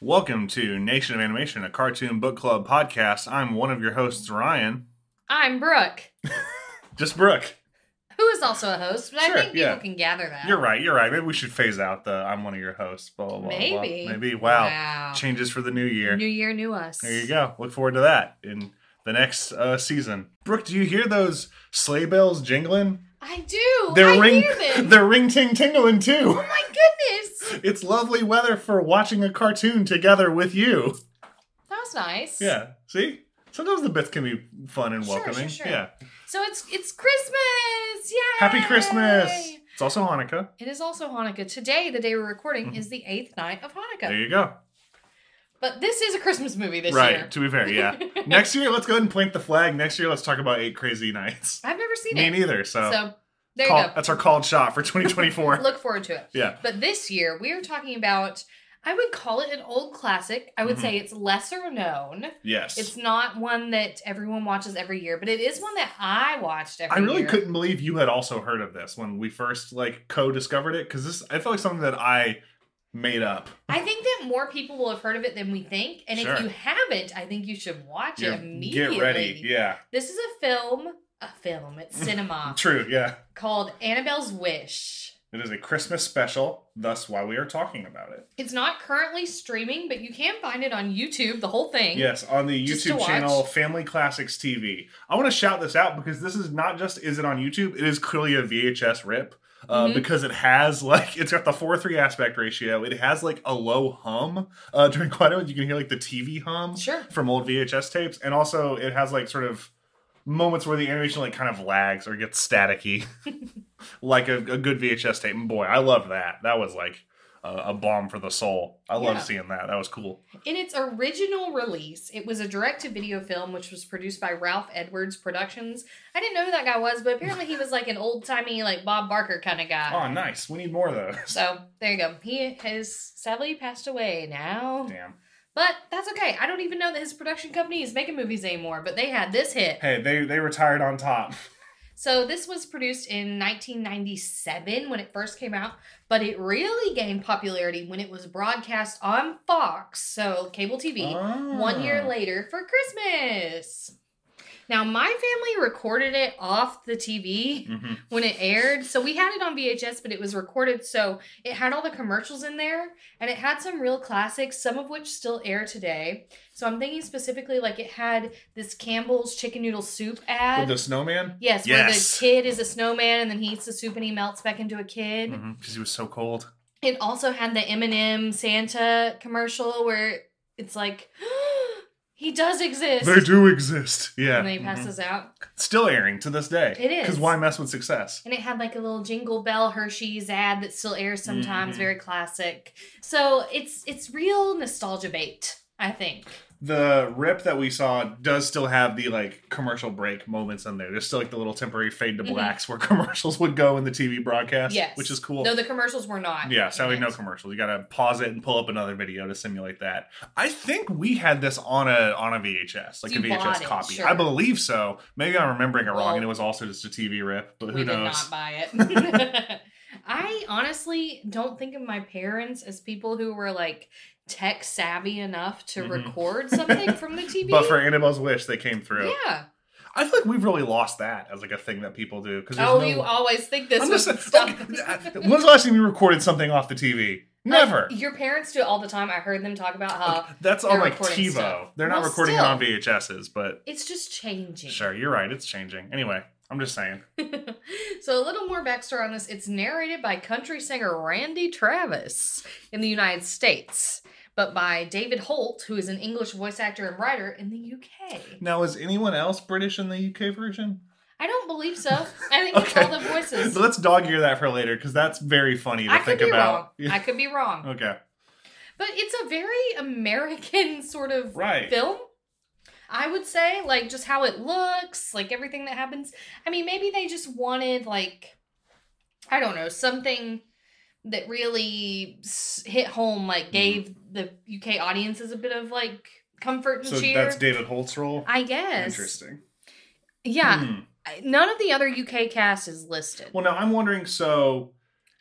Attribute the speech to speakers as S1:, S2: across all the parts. S1: Welcome to Nation of Animation, a cartoon book club podcast. I'm one of your hosts, Ryan.
S2: I'm Brooke,
S1: Just Brooke.
S2: who is also a host, but
S1: Sure,
S2: I think people
S1: yeah.
S2: can gather that.
S1: You're right. You're right. Maybe we should phase out the I'm one of your hosts. Blah blah blah. blah.
S2: Maybe.
S1: Maybe. Wow.
S2: Wow.
S1: Changes for the new year.
S2: New year, new us.
S1: there you go. Look forward to that in the next uh, season. Brooke, do you hear those sleigh bells jingling?
S2: I do.
S1: They're
S2: I
S1: ring.
S2: hear them.
S1: They're ring ting tingling too.
S2: Oh my goodness.
S1: It's lovely weather for watching a cartoon together with you.
S2: That was nice.
S1: Yeah. See. Sometimes the bits can be fun and
S2: Sure, sure,
S1: welcoming.
S2: sure.
S1: Yeah.
S2: So it's it's Christmas. Yay!
S1: Happy Christmas. It's also Hanukkah.
S2: It is also Hanukkah. Today, the day we're recording, is the eighth night of
S1: Mm-hmm. There
S2: Hanukkah.
S1: you go.
S2: But this is a Christmas movie this
S1: right.
S2: year.
S1: To be fair, yeah. Next year, let's go ahead and plant the flag. Next year, let's talk about eight crazy nights.
S2: I've never seen
S1: Me
S2: it.
S1: neither. So,
S2: So there
S1: call-
S2: you go.
S1: that's our called shot for 2024.
S2: Look forward to it.
S1: Yeah.
S2: But this year, we are talking about. I would call it an old classic. I would
S1: Mm-hmm.
S2: say it's lesser known.
S1: yes.
S2: It's not one that everyone watches every year, but it is one that I watched every
S1: I
S2: year.
S1: really couldn't believe you had also heard of this when we first like co-discovered it because this I feel like something that I made up.
S2: I think that more people will have heard of it than we think. And
S1: Sure.
S2: if you haven't, I think you should watch
S1: Yeah,
S2: it immediately.
S1: Get ready. Yeah. Mm.
S2: This is a film, a film, it's cinema,
S1: True. Yeah.
S2: called Annabelle's Wish.
S1: It is a Christmas special. Thus, why we are talking about it.
S2: It's not currently streaming, but you can find it on YouTube, the whole thing.
S1: Yes, on the
S2: Just to
S1: YouTube
S2: watch.
S1: channel Family Classics TV. I want to shout this out because this is not just is it on YouTube, it is clearly a VHS rip. Uh,
S2: Mm-hmm.
S1: Because it has like it's got the four three aspect ratio. It has like a low hum uh, during quite a bit. You can hear like the TV hum
S2: Sure.
S1: from old VHS tapes, and also it has like sort of moments where the animation like kind of lags or gets staticky, like a, a good VHS tape. And boy, I love that. That was like a, a bomb for the soul. I love
S2: Yeah.
S1: seeing that. That was cool.
S2: In its original release, it was a direct to video film which was produced by Ralph Edwards Productions. I didn't know who that guy was, but apparently he was like an old timey, like Bob Barker kind of guy.
S1: Oh, nice. We need more of those.
S2: So there you go. He has sadly passed away now.
S1: Damn.
S2: But that's okay. I don't even know that his production company is making movies anymore, but they had this hit.
S1: Hey, they they retired on top.
S2: So this was produced in 1997 when it first came out, but it really gained popularity when it was broadcast on Fox, so cable TV,
S1: Ah.
S2: one year later for Christmas. Now, my family recorded it off the TV
S1: Mhm.
S2: when it aired. So we had it on VHS, but it was recorded. So it had all the commercials in there and it had some real classics, some of which still air today. So I'm thinking specifically like it had this Campbell's chicken noodle soup ad.
S1: With the snowman?
S2: Yes,
S1: Yes.
S2: where the kid is a snowman and then he eats the soup and he melts back into a kid.
S1: Because Mm-hmm, he was so cold.
S2: It also had the Eminem Santa commercial where it's like, he does exist.
S1: They do exist. Yeah.
S2: And they
S1: Mhm.
S2: passes out.
S1: Still airing to this day.
S2: It is.
S1: Because why mess with success?
S2: And it had like a little jingle bell Hershey's ad that still airs sometimes,
S1: Mhm.
S2: very classic. So it's it's real nostalgia bait, I think.
S1: The rip that we saw does still have the like commercial break moments in there. There's still like the little temporary fade to
S2: Mhm.
S1: blacks where commercials would go in the TV broadcast.
S2: Yes.
S1: Which is cool.
S2: No, the commercials were not.
S1: Yeah, sadly no
S2: in it.
S1: commercials. You gotta pause it and pull up another video to simulate that. I think we had this on a on a VHS, like
S2: You
S1: a VHS
S2: bought it,
S1: copy.
S2: sure.
S1: I believe so. Maybe I'm remembering it wrong,
S2: Well,
S1: and it was also just a TV rip. But who
S2: We did
S1: knows?
S2: not buy it. I honestly don't think of my parents as people who were like tech savvy enough to
S1: Mhm.
S2: record something from the TV.
S1: But for Annabelle's Wish, they came through.
S2: yeah.
S1: I feel like we've really lost that as like a thing that people do. Because
S2: Oh,
S1: no,
S2: you always think this
S1: I'm
S2: was
S1: just saying,
S2: stuff.
S1: okay, uh, when's the last time you recorded something off the TV? Never.
S2: Your parents do it all the time. I heard them talk about how
S1: That's on
S2: they're
S1: like
S2: recording
S1: TiVo.
S2: stuff.
S1: They're not
S2: Well,
S1: recording
S2: still,
S1: it on VHSs, but
S2: It's just changing.
S1: sure, you're right. It's changing. Anyway, I'm just saying.
S2: so a little more backstory on this. It's narrated by country singer Randy Travis in the United States, but by David Holt, who is an English voice actor and writer in the UK.
S1: Now, is anyone else British in the UK version?
S2: I don't believe so. I think it's all the voices.
S1: So let's dog ear that for later because that's very funny to
S2: I could
S1: think
S2: be wrong.
S1: about.
S2: I could be wrong.
S1: okay.
S2: But it's a very American sort of
S1: Right.
S2: film. I would say, like, just how it looks, like everything that happens. I mean, maybe they just wanted, like, I don't know, something that really s- hit home, like,
S1: Mm-hmm.
S2: gave the UK audiences a bit of, like, comfort and
S1: So
S2: cheer.
S1: that's David Holt's role.
S2: I guess.
S1: Interesting. Hmm.
S2: Yeah. I- None of the other UK cast is listed.
S1: Well, now I'm wondering. So,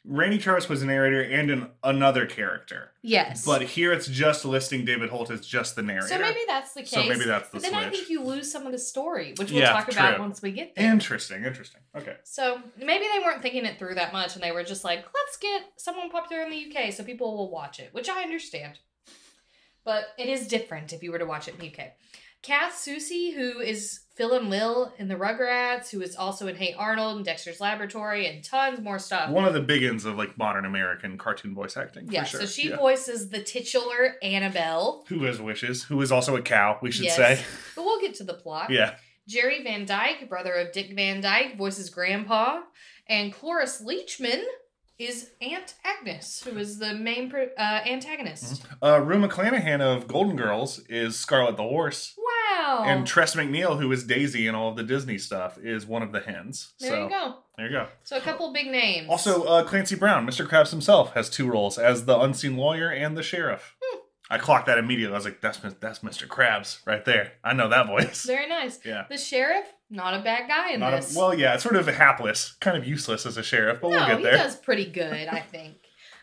S1: Randy Travis was a narrator and an, another character,
S2: yes.
S1: but here it's just listing David Holt as just the narrator.
S2: so maybe that's the case.
S1: So maybe that's the
S2: But then I
S1: switch.
S2: think you lose some of the story, which we'll
S1: Yeah,
S2: talk about
S1: true.
S2: once we get there.
S1: interesting. Interesting. Okay.
S2: So maybe they weren't thinking it through that much and they were just like, let's get someone popular in the UK so people will watch it, which I understand. But it is different if you were to watch it in the UK. Kath Susie, who is Phil and Will in The Rugrats, who is also in Hey Arnold and Dexter's Laboratory and tons more stuff.
S1: One of the biggins of like modern American cartoon voice acting.
S2: yeah,
S1: for sure.
S2: so she
S1: Yeah.
S2: voices the titular Annabelle.
S1: who has wishes, who is also a cow, we should
S2: Yes.
S1: say.
S2: But we'll get to the plot.
S1: Yeah.
S2: Jerry Van Dyke, brother of Dick Van Dyke, voices Grandpa, and Cloris Leachman is Aunt Agnes, who is the main pro- uh, antagonist.
S1: Uh, Rue McClanahan of Golden Girls is Scarlet the Horse.
S2: Wow!
S1: And Tress McNeil, who is Daisy in all of the Disney stuff, is one of the hens.
S2: there
S1: so,
S2: you go.
S1: There you go.
S2: So a couple big names.
S1: Also, uh, Clancy Brown, Mr. Krabs himself, has two roles as the unseen lawyer and the sheriff.
S2: Hmm.
S1: I clocked that immediately. I was like, "That's Mis- that's Mr. Krabs right there. I know that voice."
S2: very nice.
S1: Yeah.
S2: The sheriff, not a bad guy in
S1: Not a-
S2: this.
S1: well, yeah, it's sort of hapless, kind of useless as a sheriff, but we'll
S2: no,
S1: get
S2: Oh, he
S1: there.
S2: does pretty good, I think.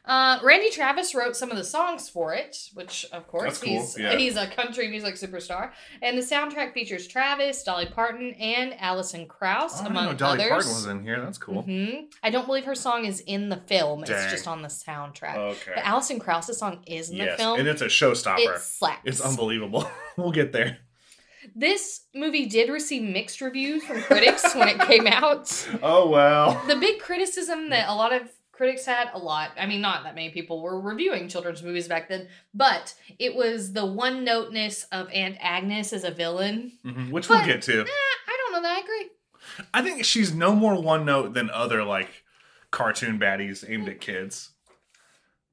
S2: Uh, Randy Travis wrote some of the songs for it, which of course
S1: That's cool,
S2: he's
S1: yeah.
S2: he's a country music superstar. And the soundtrack features Travis, Dolly Parton, and Allison Krauss,
S1: Oh, I didn't
S2: among
S1: know Dolly
S2: others.
S1: Parton was in here. That's cool.
S2: hmm I don't believe her song is in the film.
S1: Dang.
S2: It's just on the soundtrack.
S1: Okay.
S2: But Allison Krauss's song is in the
S1: Yes,
S2: film.
S1: and it's a showstopper.
S2: It slaps.
S1: It's unbelievable. we'll get there.
S2: This movie did receive mixed reviews from critics when it came out.
S1: Oh well.
S2: the big criticism that a lot of critics had a lot i mean not that many people were reviewing children's movies back then but it was the one noteness of aunt agnes as a villain
S1: Mhm, Which
S2: But-
S1: we'll get to.
S2: Eh, i don't know that i agree
S1: I think she's no more one note than other like cartoon baddies aimed at kids.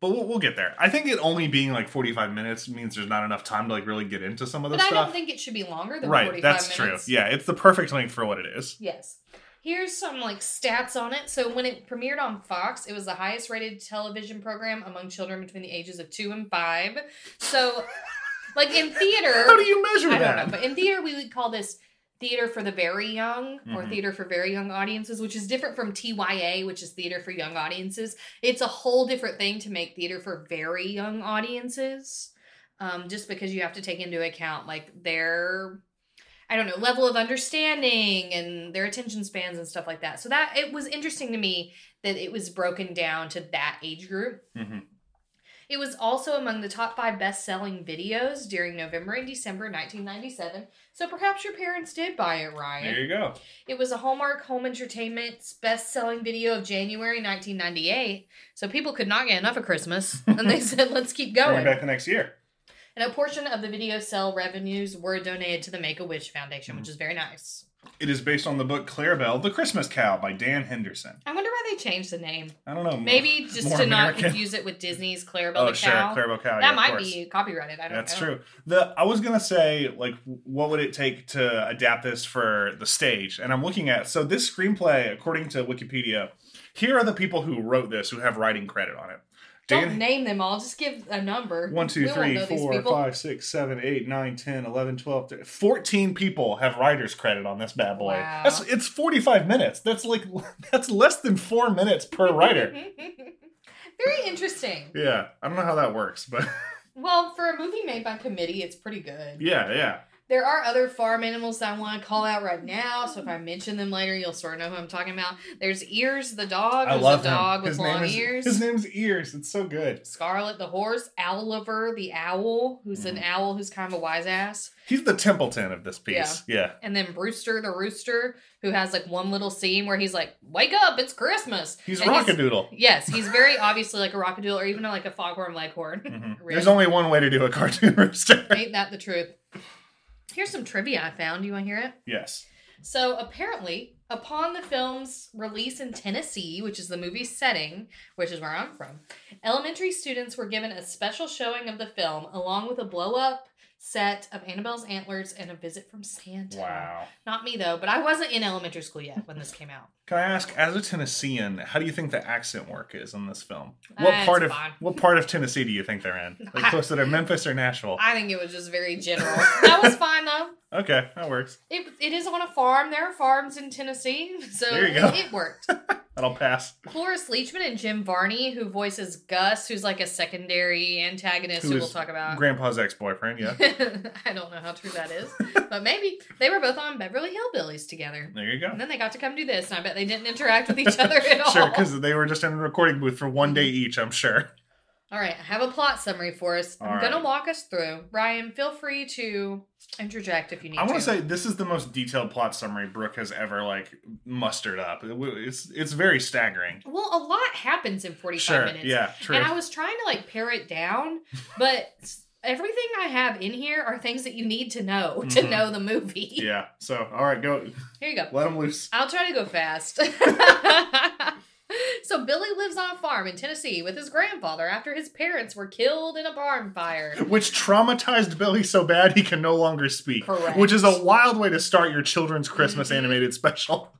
S1: But we'll, we'll get there. I think it only being like 45 minutes means there's not enough time to like really get into some of the
S2: but
S1: stuff.
S2: i don't think it should be longer than
S1: right,
S2: 45
S1: that's
S2: minutes
S1: true. Yeah, it's the perfect length for what it is.
S2: yes here's some like stats on it so when it premiered on fox it was the highest rated television program among children between the ages of two and five so like in theater
S1: How do you measure
S2: I
S1: that?
S2: don't know, but in theater we would call this theater for the very young
S1: Mm-hmm.
S2: or theater for very young audiences, which is different from TYA, which is theater for young audiences. It's a whole different thing to make theater for very young audiences, um, just because you have to take into account like their I don't know, level of understanding and their attention spans and stuff like that. So that it was interesting to me that it was broken down to that age group.
S1: Mhm.
S2: It was also among the top five best selling videos during November and December 1997. So perhaps your parents did buy it,
S1: There
S2: Ryan.
S1: you go.
S2: It was a Hallmark Home Entertainment's best selling video of January 1998. So people could not get enough of Christmas. And they said, let's keep
S1: Bring it
S2: going.
S1: back the next year.
S2: And a portion of the video sale revenues were donated to the Make a Wish Foundation, which is very nice.
S1: It is based on the book Clarabelle, The Christmas Cow by Dan Henderson.
S2: I wonder why they changed the name.
S1: I don't know.
S2: Maybe just
S1: more
S2: to not
S1: American.
S2: confuse it with Disney's Clarabelle
S1: Oh,
S2: the
S1: sure,
S2: Cow.
S1: Clarabelle Cow,
S2: That
S1: yeah, of
S2: might
S1: course.
S2: be copyrighted. I don't
S1: That's
S2: know.
S1: true. The I was gonna say like, what would it take to adapt this for the stage? And I'm looking at so this screenplay, according to Wikipedia, here are the people who wrote this who have writing credit on it.
S2: Don't name them all. Just give a number.
S1: One,
S2: We
S1: two,
S2: won't
S1: three,
S2: know these
S1: four,
S2: people.
S1: five, six, seven, eight, nine, 10, 11, 12, 13. 14 people have writers credit on this bad boy.
S2: Wow.
S1: That's it's 45 minutes. That's like that's less than four minutes per writer.
S2: Very interesting.
S1: yeah, I don't know how that works, but
S2: Well, for a movie made by committee, it's pretty good.
S1: yeah, yeah.
S2: There are other farm animals that I want to call out right now. So if I mention them later, you'll sort of know who I'm talking about. There's Ears the dog.
S1: I
S2: who's
S1: love
S2: a dog
S1: him.
S2: with
S1: his
S2: long
S1: name is,
S2: ears.
S1: His name's Ears. It's so good.
S2: Scarlet the horse. Oliver the owl, who's
S1: Mm.
S2: an owl who's kind of a wise ass.
S1: He's the Templeton of this piece. Yeah.
S2: And then Brewster the rooster, who has like one little scene where he's like, "Wake up, it's Christmas."
S1: He's
S2: And
S1: Rockadoodle.
S2: Yes, he's very obviously like a rockadoodle or even like a foghorn leghorn. Really.
S1: Mm-hmm. There's only one way to do a cartoon rooster.
S2: Ain't that the truth? Here's some trivia I found. Do you want to hear it?
S1: yes.
S2: So apparently, upon the film's release in Tennessee, which is the movie's setting, which is where I'm from, elementary students were given a special showing of the film along with a blow up set of Annabelle's antlers and a visit from Santa.
S1: Wow.
S2: Not me though, but I wasn't in elementary school yet when this came out.
S1: Can I ask, as a Tennessean, how do you think the accent work is in this film? What
S2: Uh,
S1: part
S2: it's
S1: of
S2: fine.
S1: what part of Tennessee do you think they're in? Like closer to Memphis or Nashville?
S2: I think it was just very general. that was fine though.
S1: Okay, that works.
S2: It, it is on a farm. There are farms in Tennessee, so
S1: There you
S2: it-
S1: go.
S2: it worked.
S1: That'll pass.
S2: Cloris Leachman and Jim Varney, who voices Gus, who's like a secondary antagonist who,
S1: Who
S2: we'll
S1: is
S2: talk about.
S1: Grandpa's ex-boyfriend, yeah.
S2: I don't know how true that is, but maybe they were both on Beverly Hillbillies together.
S1: There you go.
S2: And then they got to come do this, and I bet they didn't interact with each other at all. Mm-hmm.
S1: Sure, because they were just in a recording booth for one day each, I'm sure.
S2: all right, I have a plot summary for us. I'm
S1: All
S2: going to
S1: right.
S2: walk us through. Ryan, feel free to interject if you need
S1: I want
S2: to.
S1: to say this is the most detailed plot summary Brooke has ever like mustered up. It w- It's it's very staggering.
S2: Well, a lot happens in 45
S1: Sure,
S2: minutes.
S1: yeah, true.
S2: And I was trying to like pare it down, but s- everything I have in here are things that you need to know to know the movie.
S1: Mm-hmm. Yeah. So, all right, go.
S2: Here you go.
S1: Let them loose.
S2: I'll try to go fast. so Billy lives on a farm in Tennessee with his grandfather after his parents were killed in a barn fire.
S1: Which traumatized Billy so bad he can no longer speak.
S2: Correct. Mm-hmm.
S1: Which is a wild way to start your children's Christmas animated special.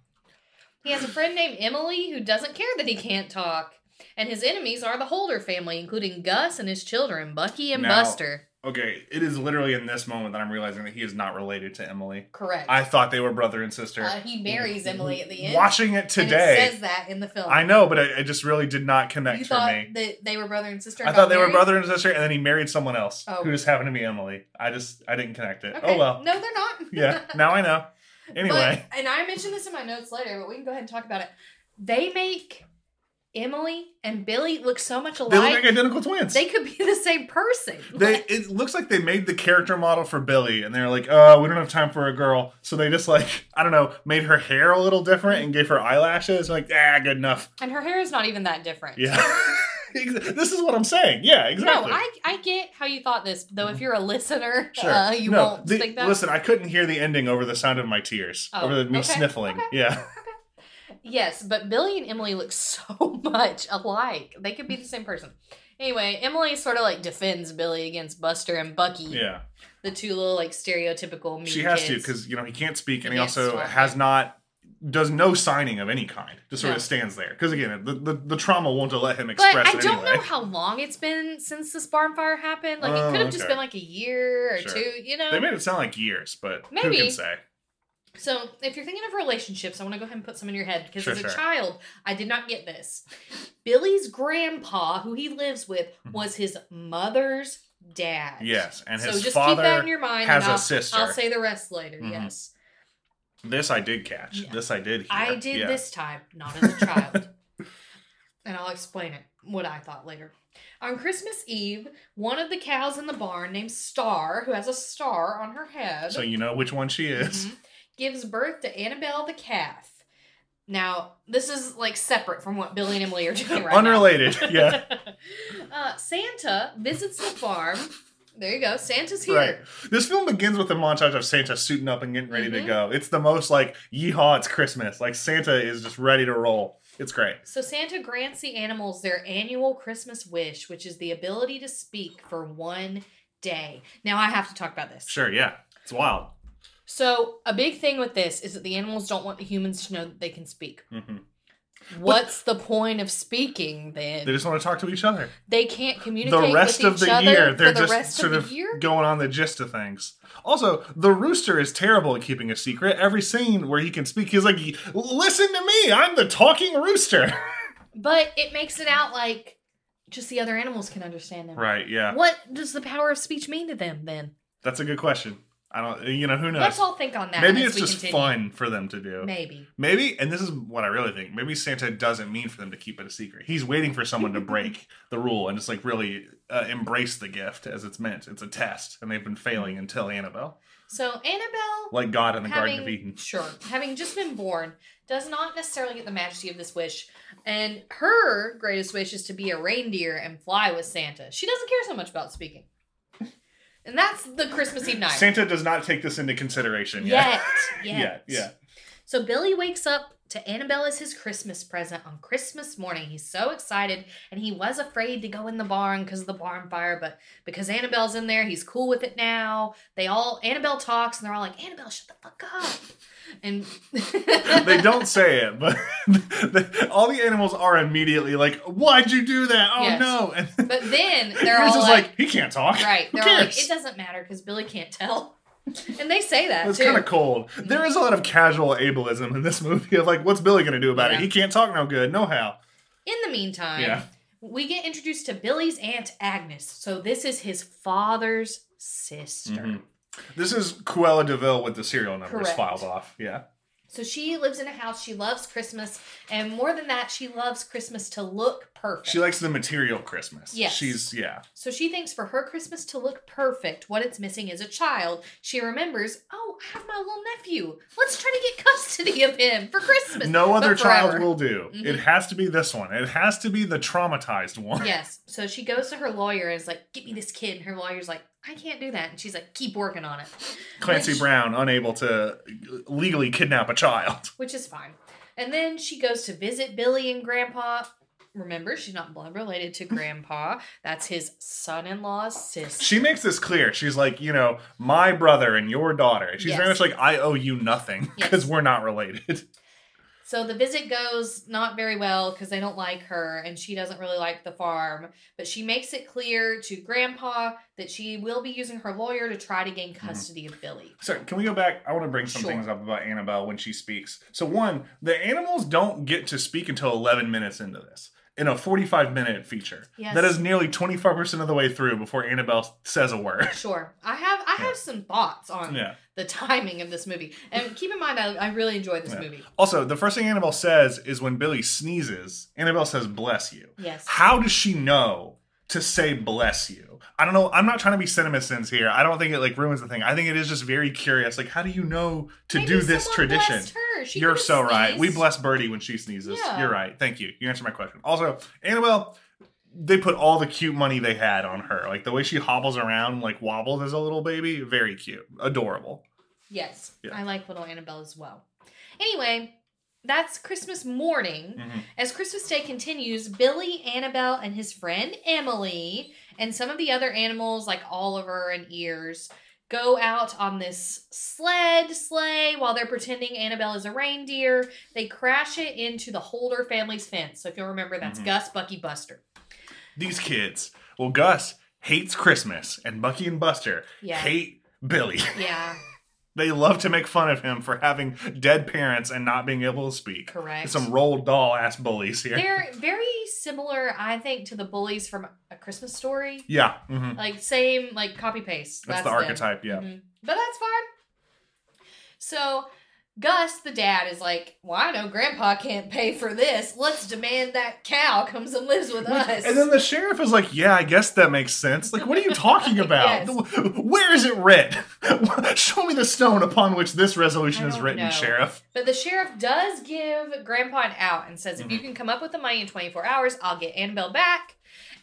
S2: He has a friend named Emily who doesn't care that he can't talk. And his enemies are the Holder family, including Gus and his children, Bucky and
S1: Now-
S2: Buster.
S1: Okay, it is literally in this moment that I'm realizing that he is not related to Emily.
S2: Correct.
S1: I thought they were brother and sister.
S2: Uh, he marries Emily at the end.
S1: Watching it
S2: and
S1: today,
S2: it says that in the film.
S1: I know, but it, it just really did not connect
S2: You
S1: for
S2: thought
S1: me.
S2: that they were brother and sister.
S1: I
S2: and got
S1: thought they were
S2: married?
S1: brother and sister, and then he married someone else
S2: Oh.
S1: who just happened to be Emily. I just I didn't connect it.
S2: Okay.
S1: Oh well.
S2: No, they're not.
S1: yeah. Now I know. Anyway,
S2: But, and I mentioned this in my notes later, but we can go ahead and talk about it. They make Emily and Billy look so much
S1: they look
S2: alike.
S1: like identical twins.
S2: They could be the same person.
S1: They it looks like they made the character model for Billy, and they're like, "Oh, we don't have time for a girl," so they just like I don't know, made her hair a little different and gave her eyelashes. Like, ah, good enough.
S2: and her hair is not even that different.
S1: Yeah, this is what I'm saying. Yeah, exactly. Mm-hmm.
S2: No, I, I get how you thought this, though. If you're a listener,
S1: Sure.
S2: uh, you
S1: No,
S2: won't
S1: the-
S2: think that.
S1: Listen, I couldn't hear the ending over the sound of my tears,
S2: Oh,
S1: over the, me
S2: okay,
S1: sniffling. Yeah,
S2: Yes, but Billy and Emily look so much alike. They could be the same person. Anyway, Emily sort of like defends Billy against Buster and Bucky.
S1: yeah.
S2: the two little like stereotypical. mean
S1: She has to
S2: kids.
S1: because you know he can't speak, and
S2: He
S1: he,
S2: can't
S1: also
S2: talk,
S1: has
S2: yeah.
S1: not does no signing of any kind. Just sort
S2: No.
S1: of stands there because again, the, the the trauma won't let him
S2: But
S1: express
S2: I
S1: it
S2: don't
S1: anyway.
S2: know how long it's been since this barn fire happened. Like it
S1: Oh,
S2: could have just
S1: okay.
S2: been like a year or
S1: Sure.
S2: two, you know.
S1: They made it sound like years, but
S2: Maybe.
S1: who can say?
S2: so if you're thinking of relationships, I want to go ahead and put some in your head because
S1: Sure,
S2: as
S1: sure.
S2: a child, I did not get this. Billy's grandpa, who he lives with, was his mother's dad.
S1: Mm-hmm. Yes, and
S2: so
S1: his
S2: just
S1: father
S2: keep that in your mind.
S1: has
S2: and I'll,
S1: a sister. Mm-hmm.
S2: I'll say the rest later. Yes.
S1: this I did catch.
S2: Yeah.
S1: This I did. Hear.
S2: I did
S1: Yeah.
S2: this time, not as a child. and I'll explain it, what I thought later. On Christmas Eve, one of the cows in the barn, named Star, who has a star on her head,
S1: So you know which one she is.
S2: Mm-hmm. gives birth to Annabelle the calf. Now, this is like separate from what Billy and Emily are doing right now.
S1: Unrelated. yeah.
S2: Uh, Santa visits the farm. There you go. Santa's here.
S1: Right. This film begins with a montage of Santa suiting up and getting ready to
S2: Mm-hmm.
S1: go. It's the most like yeehaw, it's Christmas. Like Santa is just ready to roll. It's great.
S2: So Santa grants the animals their annual Christmas wish, which is the ability to speak for one day. Now I have to talk about this.
S1: Sure, yeah. It's wild.
S2: So a big thing with this is that the animals don't want the humans to know that they can speak.
S1: Mm-hmm.
S2: What's the point of speaking then?
S1: They just want to talk to each other.
S2: They can't communicate
S1: The rest of
S2: with each
S1: the
S2: other
S1: year, they're
S2: for the
S1: just
S2: rest
S1: sort
S2: of
S1: of,
S2: the year.
S1: going on the gist of things. Also, the rooster is terrible at keeping a secret. Every scene where he can speak, he's like, "Listen to me, I'm the talking rooster."
S2: but it makes it out like just the other animals can understand them.
S1: Right? Yeah,
S2: What does the power of speech mean to them then?
S1: that's a good question. I don't. You know who knows?
S2: Let's all think on that.
S1: Maybe
S2: as
S1: it's
S2: we
S1: just
S2: continue.
S1: fun for them to do.
S2: Maybe.
S1: Maybe, and this is what I really think. Maybe Santa doesn't mean for them to keep it a secret. He's waiting for someone to break the rule and just like really uh, embrace the gift as it's meant. It's a test, and they've been failing until Annabelle,
S2: So Annabelle,
S1: like God in the
S2: having
S1: Garden of Eden.
S2: sure, having just been born, does not necessarily get the majesty of this wish, and her greatest wish is to be a reindeer and fly with Santa. She doesn't care so much about speaking, and that's the Christmas Eve night.
S1: Santa does not take this into consideration
S2: yet,
S1: yet.
S2: yet,
S1: yeah, yeah.
S2: So Billy wakes up to Annabelle as his Christmas present on Christmas morning. He's so excited and he was afraid to go in the barn because of the bonfire, but because Annabelle's in there, he's cool with it now. They all, Annabelle talks and they're all like, Annabelle, shut the fuck up. And
S1: they don't say it, but all the animals are immediately like, "Why'd you do that? Oh
S2: Yes.
S1: no!" And
S2: But then they're
S1: yours
S2: all
S1: is
S2: like-
S1: "He can't talk."
S2: right,
S1: Who
S2: they're all like,
S1: cares?
S2: it doesn't matter because Billy can't tell. And they say that
S1: It's
S2: too.
S1: kind of cold. There is a lot of casual ableism in this movie of like, what's Billy going to do about
S2: Yeah.
S1: it? He can't talk no good, no how.
S2: In the meantime,
S1: Yeah.
S2: we get introduced to Billy's aunt Agnes. So this is his father's sister.
S1: Mm-hmm. This is Cruella Deville with the serial numbers
S2: Correct.
S1: filed off. Yeah.
S2: So she lives in a house. She loves Christmas, and more than that, she loves Christmas to look perfect.
S1: She likes the material Christmas.
S2: Yes.
S1: She's, yeah.
S2: so she thinks for her Christmas to look perfect, what it's missing is a child. She remembers, oh, I have my little nephew. Let's try to get custody of him for Christmas.
S1: No
S2: But
S1: other child
S2: forever. Mm-hmm.
S1: will do. It has to be this one. It has to be the traumatized one.
S2: Yes. So she goes to her lawyer and is like, "Get me this kid." And her lawyer's like, "I can't do that." And she's like, "Keep working on it,"
S1: Clancy
S2: Which-
S1: Brown, unable to legally kidnap a child.
S2: which is fine. And then she goes to visit Billy and Grandpa. Remember, she's not blood related to Grandpa. That's his son-in-law's sister.
S1: She makes this clear. She's like, you know, my brother and your daughter. She's very
S2: Yes.
S1: much like, I owe you nothing
S2: Yes.
S1: because we're not related.
S2: So the visit goes not very well because they don't like her and she doesn't really like the farm. But she makes it clear to Grandpa that she will be using her lawyer to try to gain
S1: Mm-hmm.
S2: custody of Billy.
S1: Sorry, can we go back? I want to bring some
S2: Sure.
S1: things up about Annabelle when she speaks. So, one, the animals don't get to speak until 11 minutes into this in a 45 minute feature.
S2: Yes.
S1: That is nearly 25% of the way through before Annabelle says a word.
S2: Sure, I have I have some thoughts on
S1: Yeah.
S2: the timing of this movie. And keep in mind, I, I really enjoy this movie.
S1: Also, the first thing Annabelle says is when Billy sneezes, Annabelle says, bless you.
S2: Yes.
S1: How does she know to say bless you? I don't know. I'm not trying to be cinema sins here. I don't think it like ruins the thing. I think it is just very curious. Like, how do you know to
S2: Maybe
S1: do this
S2: someone
S1: tradition?
S2: blessed her. She
S1: You're
S2: could've
S1: so right. We
S2: sneezed.
S1: bless Birdie when she sneezes.
S2: Yeah.
S1: You're right. Thank you. You answered my question. Also, Annabelle, they put all the cute money they had on her. Like the way she hobbles around, like wobbles as a little baby. Very cute. Adorable.
S2: Yes,
S1: Yeah.
S2: I like little Annabelle as well. Anyway, that's Christmas morning. As Christmas Day continues, Billy, Annabelle, and his friend Emily, and some of the other animals like Oliver and Ears, go out on this sled sleigh while they're pretending Annabelle is a reindeer. They crash it into the Holder family's fence. So if you'll remember, that's Gus, Bucky, Buster.
S1: These kids. Well, Gus hates Christmas, and Bucky and Buster
S2: Yeah.
S1: hate Billy.
S2: Yeah.
S1: They love to make fun of him for having dead parents and not being able to speak.
S2: Correct.
S1: Some rolled doll ass bullies here.
S2: They're very similar, I think, to the bullies from A Christmas Story.
S1: yeah. hmm
S2: like same like copy paste
S1: That's the
S2: them.
S1: archetype, yeah.
S2: Mhm. but that's fine so gus the dad is like well i know grandpa can't pay for this let's demand that cow comes and lives with us
S1: And then the sheriff is like, "Yeah, I guess that makes sense. Like, what are you talking about? Where is it writ? Show me the stone upon which this resolution
S2: I
S1: is
S2: don't
S1: written,
S2: know.
S1: sheriff."
S2: but the sheriff does give grandpa an out and says if
S1: Mm-hmm.
S2: you can come up with the money in 24 hours i'll get annabelle back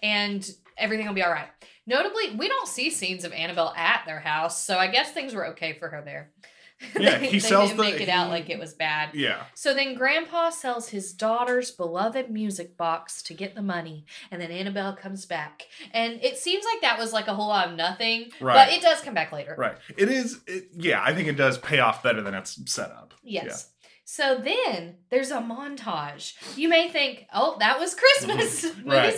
S2: and everything will be all right notably we don't see scenes of annabelle at their house so i guess things were okay for her there
S1: Yeah,
S2: They-
S1: he
S2: they
S1: sells
S2: didn't
S1: the-
S2: make it out
S1: he-
S2: like it was bad
S1: Yeah.
S2: So then Grandpa sells his daughter's beloved music box to get the money, and then Annabelle comes back. And it seems like that was like a whole lot of nothing,
S1: Right.
S2: but it does come back later.
S1: Right. It is. It, yeah, I think it does pay off better than it's set up.
S2: Yes. So then there's a montage. You may think, oh, that was Christmas. Movie's
S1: Right.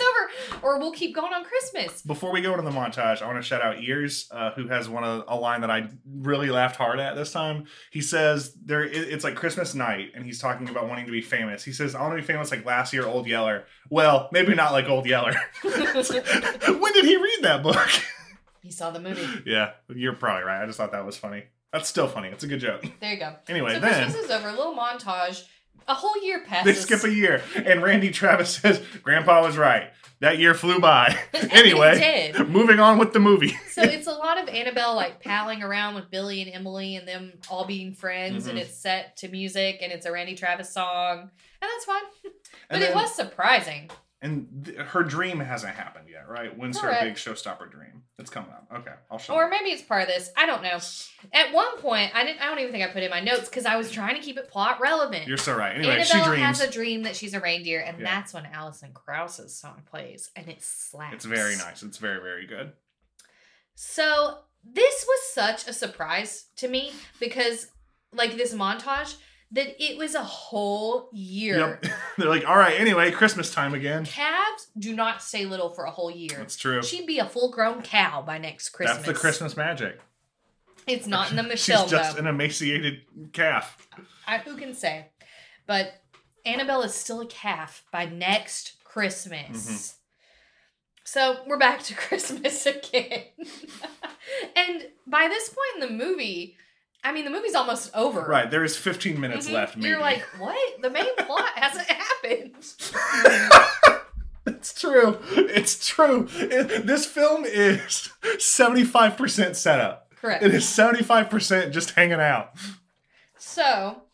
S2: over, or we'll keep going on Christmas.
S1: Before we go into the montage, I want to shout out Ears, uh, who has one of a line that I really laughed hard at this time. He says there it- it's like Christmas night, and he's talking about wanting to be famous. He says, "I want to be famous like last year, Old Yeller." Well, maybe not like Old Yeller. when did he read that book?
S2: He saw the movie.
S1: Yeah, you're probably right. I just thought that was funny. That's still funny. It's a good joke.
S2: There you go.
S1: Anyway,
S2: so
S1: then-
S2: Christmas is over. A little montage. A whole year passes.
S1: They skip a year, and Randy Travis says, Grandpa was right. That year flew by. anyway,
S2: did.
S1: moving on with the movie.
S2: so it's a lot of Annabelle like palling around with Billy and Emily and them all being friends, and
S1: Mm-hmm.
S2: it's set to music, and it's a Randy Travis song, and that's fun. but
S1: And
S2: it
S1: then-
S2: was surprising.
S1: And th- her dream hasn't happened yet, right? When's
S2: Correct.
S1: her big showstopper dream? It's coming up. Okay, I'll show
S2: Or
S1: you.
S2: maybe it's part of this. I don't know. At one point, I didn't. I don't even think I put in my notes because I was trying to keep it plot relevant.
S1: You're so right. Anyway,
S2: Annabelle
S1: she dreams.
S2: has a dream that she's a reindeer, and
S1: Yeah.
S2: that's when Alison Krauss's song plays, and it slaps.
S1: it's very nice. It's very, very good.
S2: So this was such a surprise to me because, like, this montage that it was a whole year.
S1: Yep. They're like, all right, anyway, Christmas time again.
S2: Calves do not stay little for a whole year.
S1: That's true.
S2: She'd be a full-grown cow by next Christmas.
S1: That's the Christmas magic.
S2: It's not in the
S1: She's
S2: Michelle
S1: just
S2: though.
S1: an emaciated calf.
S2: I, who can say? But Annabelle is still a calf by next Christmas.
S1: Mm-hmm.
S2: So we're back to Christmas again. and by this point in the movie, I mean, the movie's almost over.
S1: Right, there is 15 minutes
S2: Mhm.
S1: left, maybe.
S2: You're like, what? The main plot hasn't happened.
S1: It's true. It's true. It- this film is 75% setup.
S2: Correct.
S1: It is 75% just hanging out.
S2: So,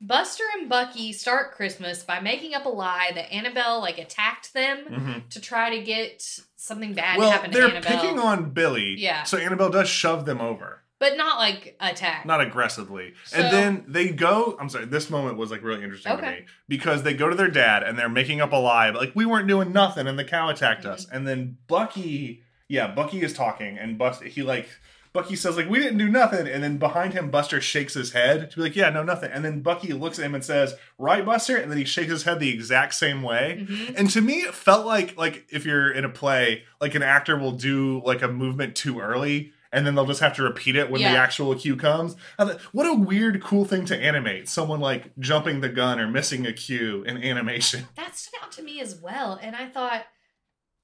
S2: Buster and Bucky start Christmas by making up a lie that Annabelle like attacked them to try to get something bad
S1: Mm-hmm.
S2: to
S1: well,
S2: happen to
S1: they're
S2: Annabelle.
S1: picking on Billy.
S2: Yeah.
S1: So Annabelle does shove them over,
S2: but not like attack.
S1: not aggressively.
S2: So-
S1: and then they go. I'm sorry, this moment was like really interesting
S2: Okay.
S1: to me because they go to their dad and they're making up a lie, but like we weren't doing nothing and the cow attacked us.
S2: Mm-hmm.
S1: And then Bucky, yeah, Bucky is talking and Buster, he like. Bucky says, like, we didn't do nothing. And then behind him, Buster shakes his head to be like, yeah, no, nothing. And then Bucky looks at him and says, right, Buster? And then he shakes his head the exact same way.
S2: Mm-hmm.
S1: And to me, it felt like, like, if you're in a play, like an actor will do like a movement too early and then they'll just have to repeat it when the
S2: Yeah.
S1: actual cue comes. I thought, What a weird, cool thing to animate. Someone like jumping the gun or missing a cue in animation.
S2: that stood out to me as well. And I thought,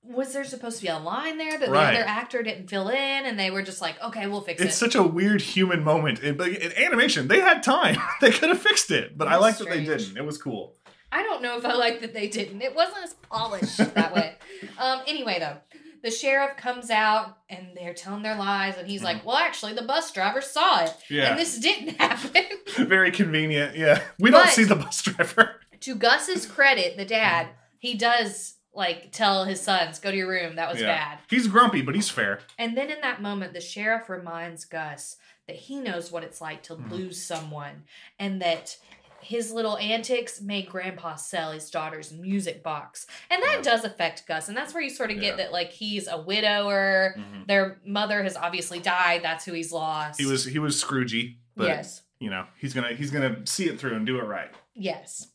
S2: was there supposed to be a line there that
S1: Right.
S2: the other actor didn't fill in? And they were just like, okay, we'll fix
S1: It's
S2: it.
S1: such a weird human moment. It, but in animation, they had time. they could have fixed it, but I
S2: That's
S1: like that they
S2: strange.
S1: didn't. It was cool.
S2: I don't know if I like that they didn't. It wasn't as polished that way. Um, anyway, though, the sheriff comes out and they're telling their lies, and he's like, well, actually, the bus driver saw it.
S1: Yeah.
S2: And this didn't happen.
S1: Very convenient. Yeah. We
S2: But-
S1: don't see the bus driver.
S2: to Gus's credit, the dad, he does like tell his sons, go to your room. That was bad.
S1: He's grumpy, but he's fair.
S2: And then in that moment, the sheriff reminds Gus that he knows what it's like to
S1: Hmm.
S2: lose someone and that his little antics made grandpa sell his daughter's music box. And that does affect Gus. And that's where you sort of get
S1: Yeah. Mm-hmm.
S2: that, like, he's a widower. Their mother has obviously died. That's who he's lost.
S1: He was he was Scroogey, but
S2: Yes.
S1: you know, he's gonna he's gonna see it through and do it right.
S2: Yes.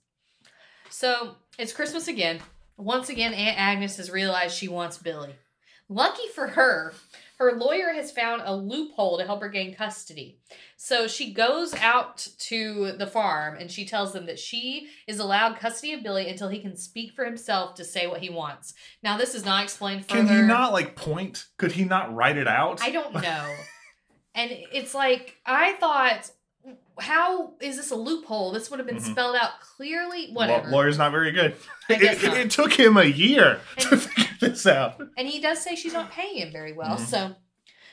S2: So it's Christmas again. Once again, Aunt Agnes has realized she wants Billy. Lucky for her, her lawyer has found a loophole to help her gain custody. So she goes out to the farm and she tells them that she is allowed custody of Billy until he can speak for himself to say what he wants. Now, this is not explained further.
S1: Can he not like point? Could he not write it out?
S2: I don't know. and it's like I thought, how is this a loophole? This would have been
S1: Mm-hmm.
S2: spelled out clearly. Whatever.
S1: Law- lawyer's not very good.
S2: I guess
S1: it, it-
S2: not.
S1: it took him a year to
S2: And-
S1: figure this out.
S2: and he does say she's not paying him very well. So,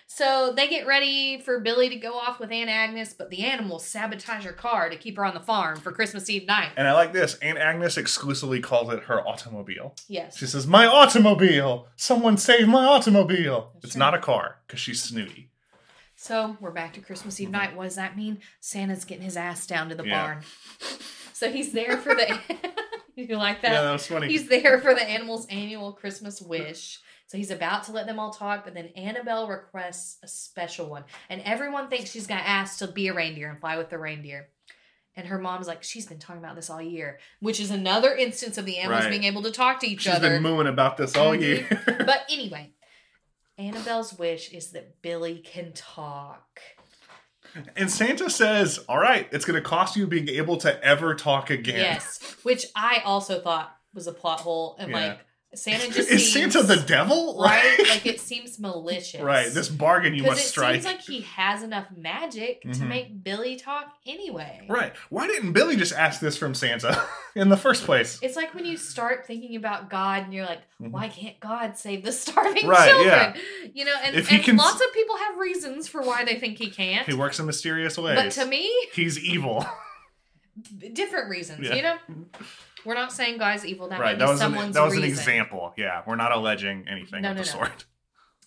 S2: so they get ready for Billy to go off with Aunt Agnes, but the animals sabotage her car to keep her on the farm for Christmas Eve night.
S1: And I like this. Aunt Agnes exclusively calls it her automobile.
S2: yes,
S1: She says, "My automobile! Someone save my automobile!" it's not a car because she's snooty.
S2: So we're back to Christmas Eve night. What does that mean? Santa's getting his ass down to the
S1: Mm-hmm. Yeah.
S2: barn. So he's there for the. you like that?
S1: Yeah, that was funny.
S2: He's there for the animal's annual Christmas wish. So he's about to let them all talk, but then Annabelle requests a special one. And everyone thinks she's going to ask to be a reindeer and fly with the reindeer. And her mom's like, she's been talking about this all year, which is another instance of the animals
S1: Right.
S2: being able to talk to each
S1: She's
S2: other.
S1: been mooing about this all year.
S2: but anyway, Annabelle's wish is that Billy can talk.
S1: And Santa says, "All right, it's going to cost you being able to ever talk again."
S2: Yes, which I also thought was a plot hole. And
S1: Yeah.
S2: like, Santa just
S1: Is
S2: seems,
S1: Santa the devil?
S2: right? Like it seems malicious.
S1: Right, this bargain you
S2: because
S1: must
S2: it
S1: strike. Mm-hmm.
S2: seems like he has enough magic to make Billy talk anyway.
S1: right. Why didn't Billy just ask this from Santa in the first place?
S2: It's like when you start thinking about God and you're like, why can't God save the starving
S1: Mm-hmm. Right,
S2: children?
S1: yeah.
S2: You know, and,
S1: If he
S2: and
S1: can-
S2: lots of people have reasons for why they think he can't.
S1: He works in mysterious ways.
S2: but to me,
S1: he's evil.
S2: different reasons,
S1: Yeah.
S2: you know? We're not saying God's evil. That
S1: right.
S2: might
S1: That
S2: be
S1: was an,
S2: someone's
S1: that was an
S2: reason.
S1: example. Yeah, we're not alleging anything
S2: No,
S1: of
S2: no,
S1: the
S2: no.
S1: sort.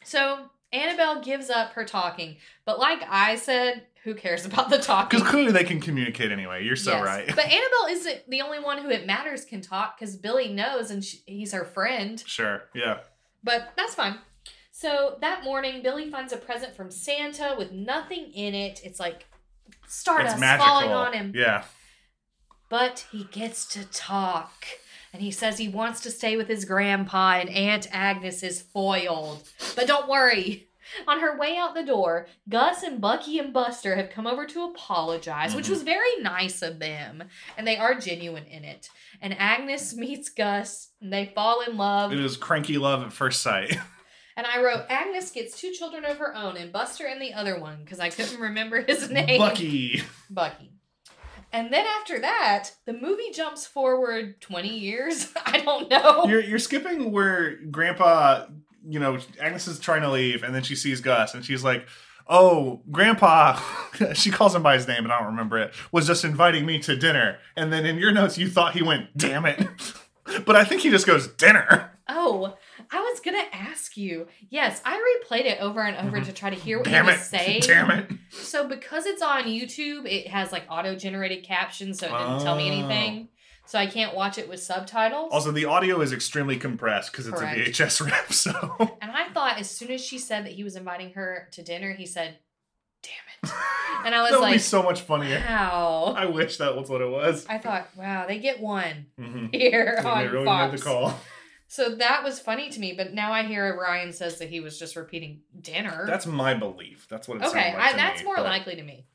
S2: So Annabelle gives up her talking, but like I said, who cares about the talking?
S1: Because clearly they can communicate anyway. You're so
S2: Yes.
S1: right.
S2: But Annabelle isn't the only one who it matters can talk because Billy knows and she, he's her friend.
S1: sure. Yeah.
S2: But that's fine. So that morning, Billy finds a present from Santa with nothing in it. It's like stardust
S1: It's magical.
S2: falling on him.
S1: Yeah.
S2: But he gets to talk. And he says he wants to stay with his grandpa, and Aunt Agnes is foiled. But don't worry. On her way out the door, Gus and Bucky and Buster have come over to apologize, which
S1: Mm-hmm.
S2: was very nice of them. And they are genuine in it. And Agnes meets Gus, and they fall in love.
S1: It is cranky love at first sight.
S2: And I wrote, Agnes gets two children of her own, and Buster and the other one, because I couldn't remember his name.
S1: Bucky.
S2: Bucky. And then after that, the movie jumps forward 20 years. I don't know.
S1: You're you're skipping where Grandpa, you know, Agnes is trying to leave, and then she sees Gus, and she's like, "Oh, Grandpa," she calls him by his name, and I don't remember it. Was just inviting me to dinner, and then in your notes you thought he went, "Damn it," but I think he just goes, "Dinner."
S2: oh, I was going to ask you. Yes, I replayed it over and over to try to hear what
S1: Damn
S2: he
S1: it.
S2: was saying.
S1: Damn it.
S2: So because it's on YouTube, it has like auto generated captions, so it didn't tell me
S1: Oh.
S2: anything. So I can't watch it with subtitles.
S1: Also, the audio is extremely compressed because it's
S2: Correct.
S1: a VHS rip, so
S2: And I thought as soon as she said that he was inviting her to dinner, he said, damn it. And I was
S1: that would be
S2: like,
S1: so much funnier.
S2: wow.
S1: I wish that was what it was.
S2: I thought, wow, they get one
S1: Mhm.
S2: here on
S1: They really
S2: Fox.
S1: made the call.
S2: So that was funny to me, but now I hear Ryan says that he was just repeating dinner.
S1: That's my belief. That's what it sounded
S2: okay.
S1: like
S2: I,
S1: to
S2: that's
S1: me,
S2: more
S1: but-
S2: likely to me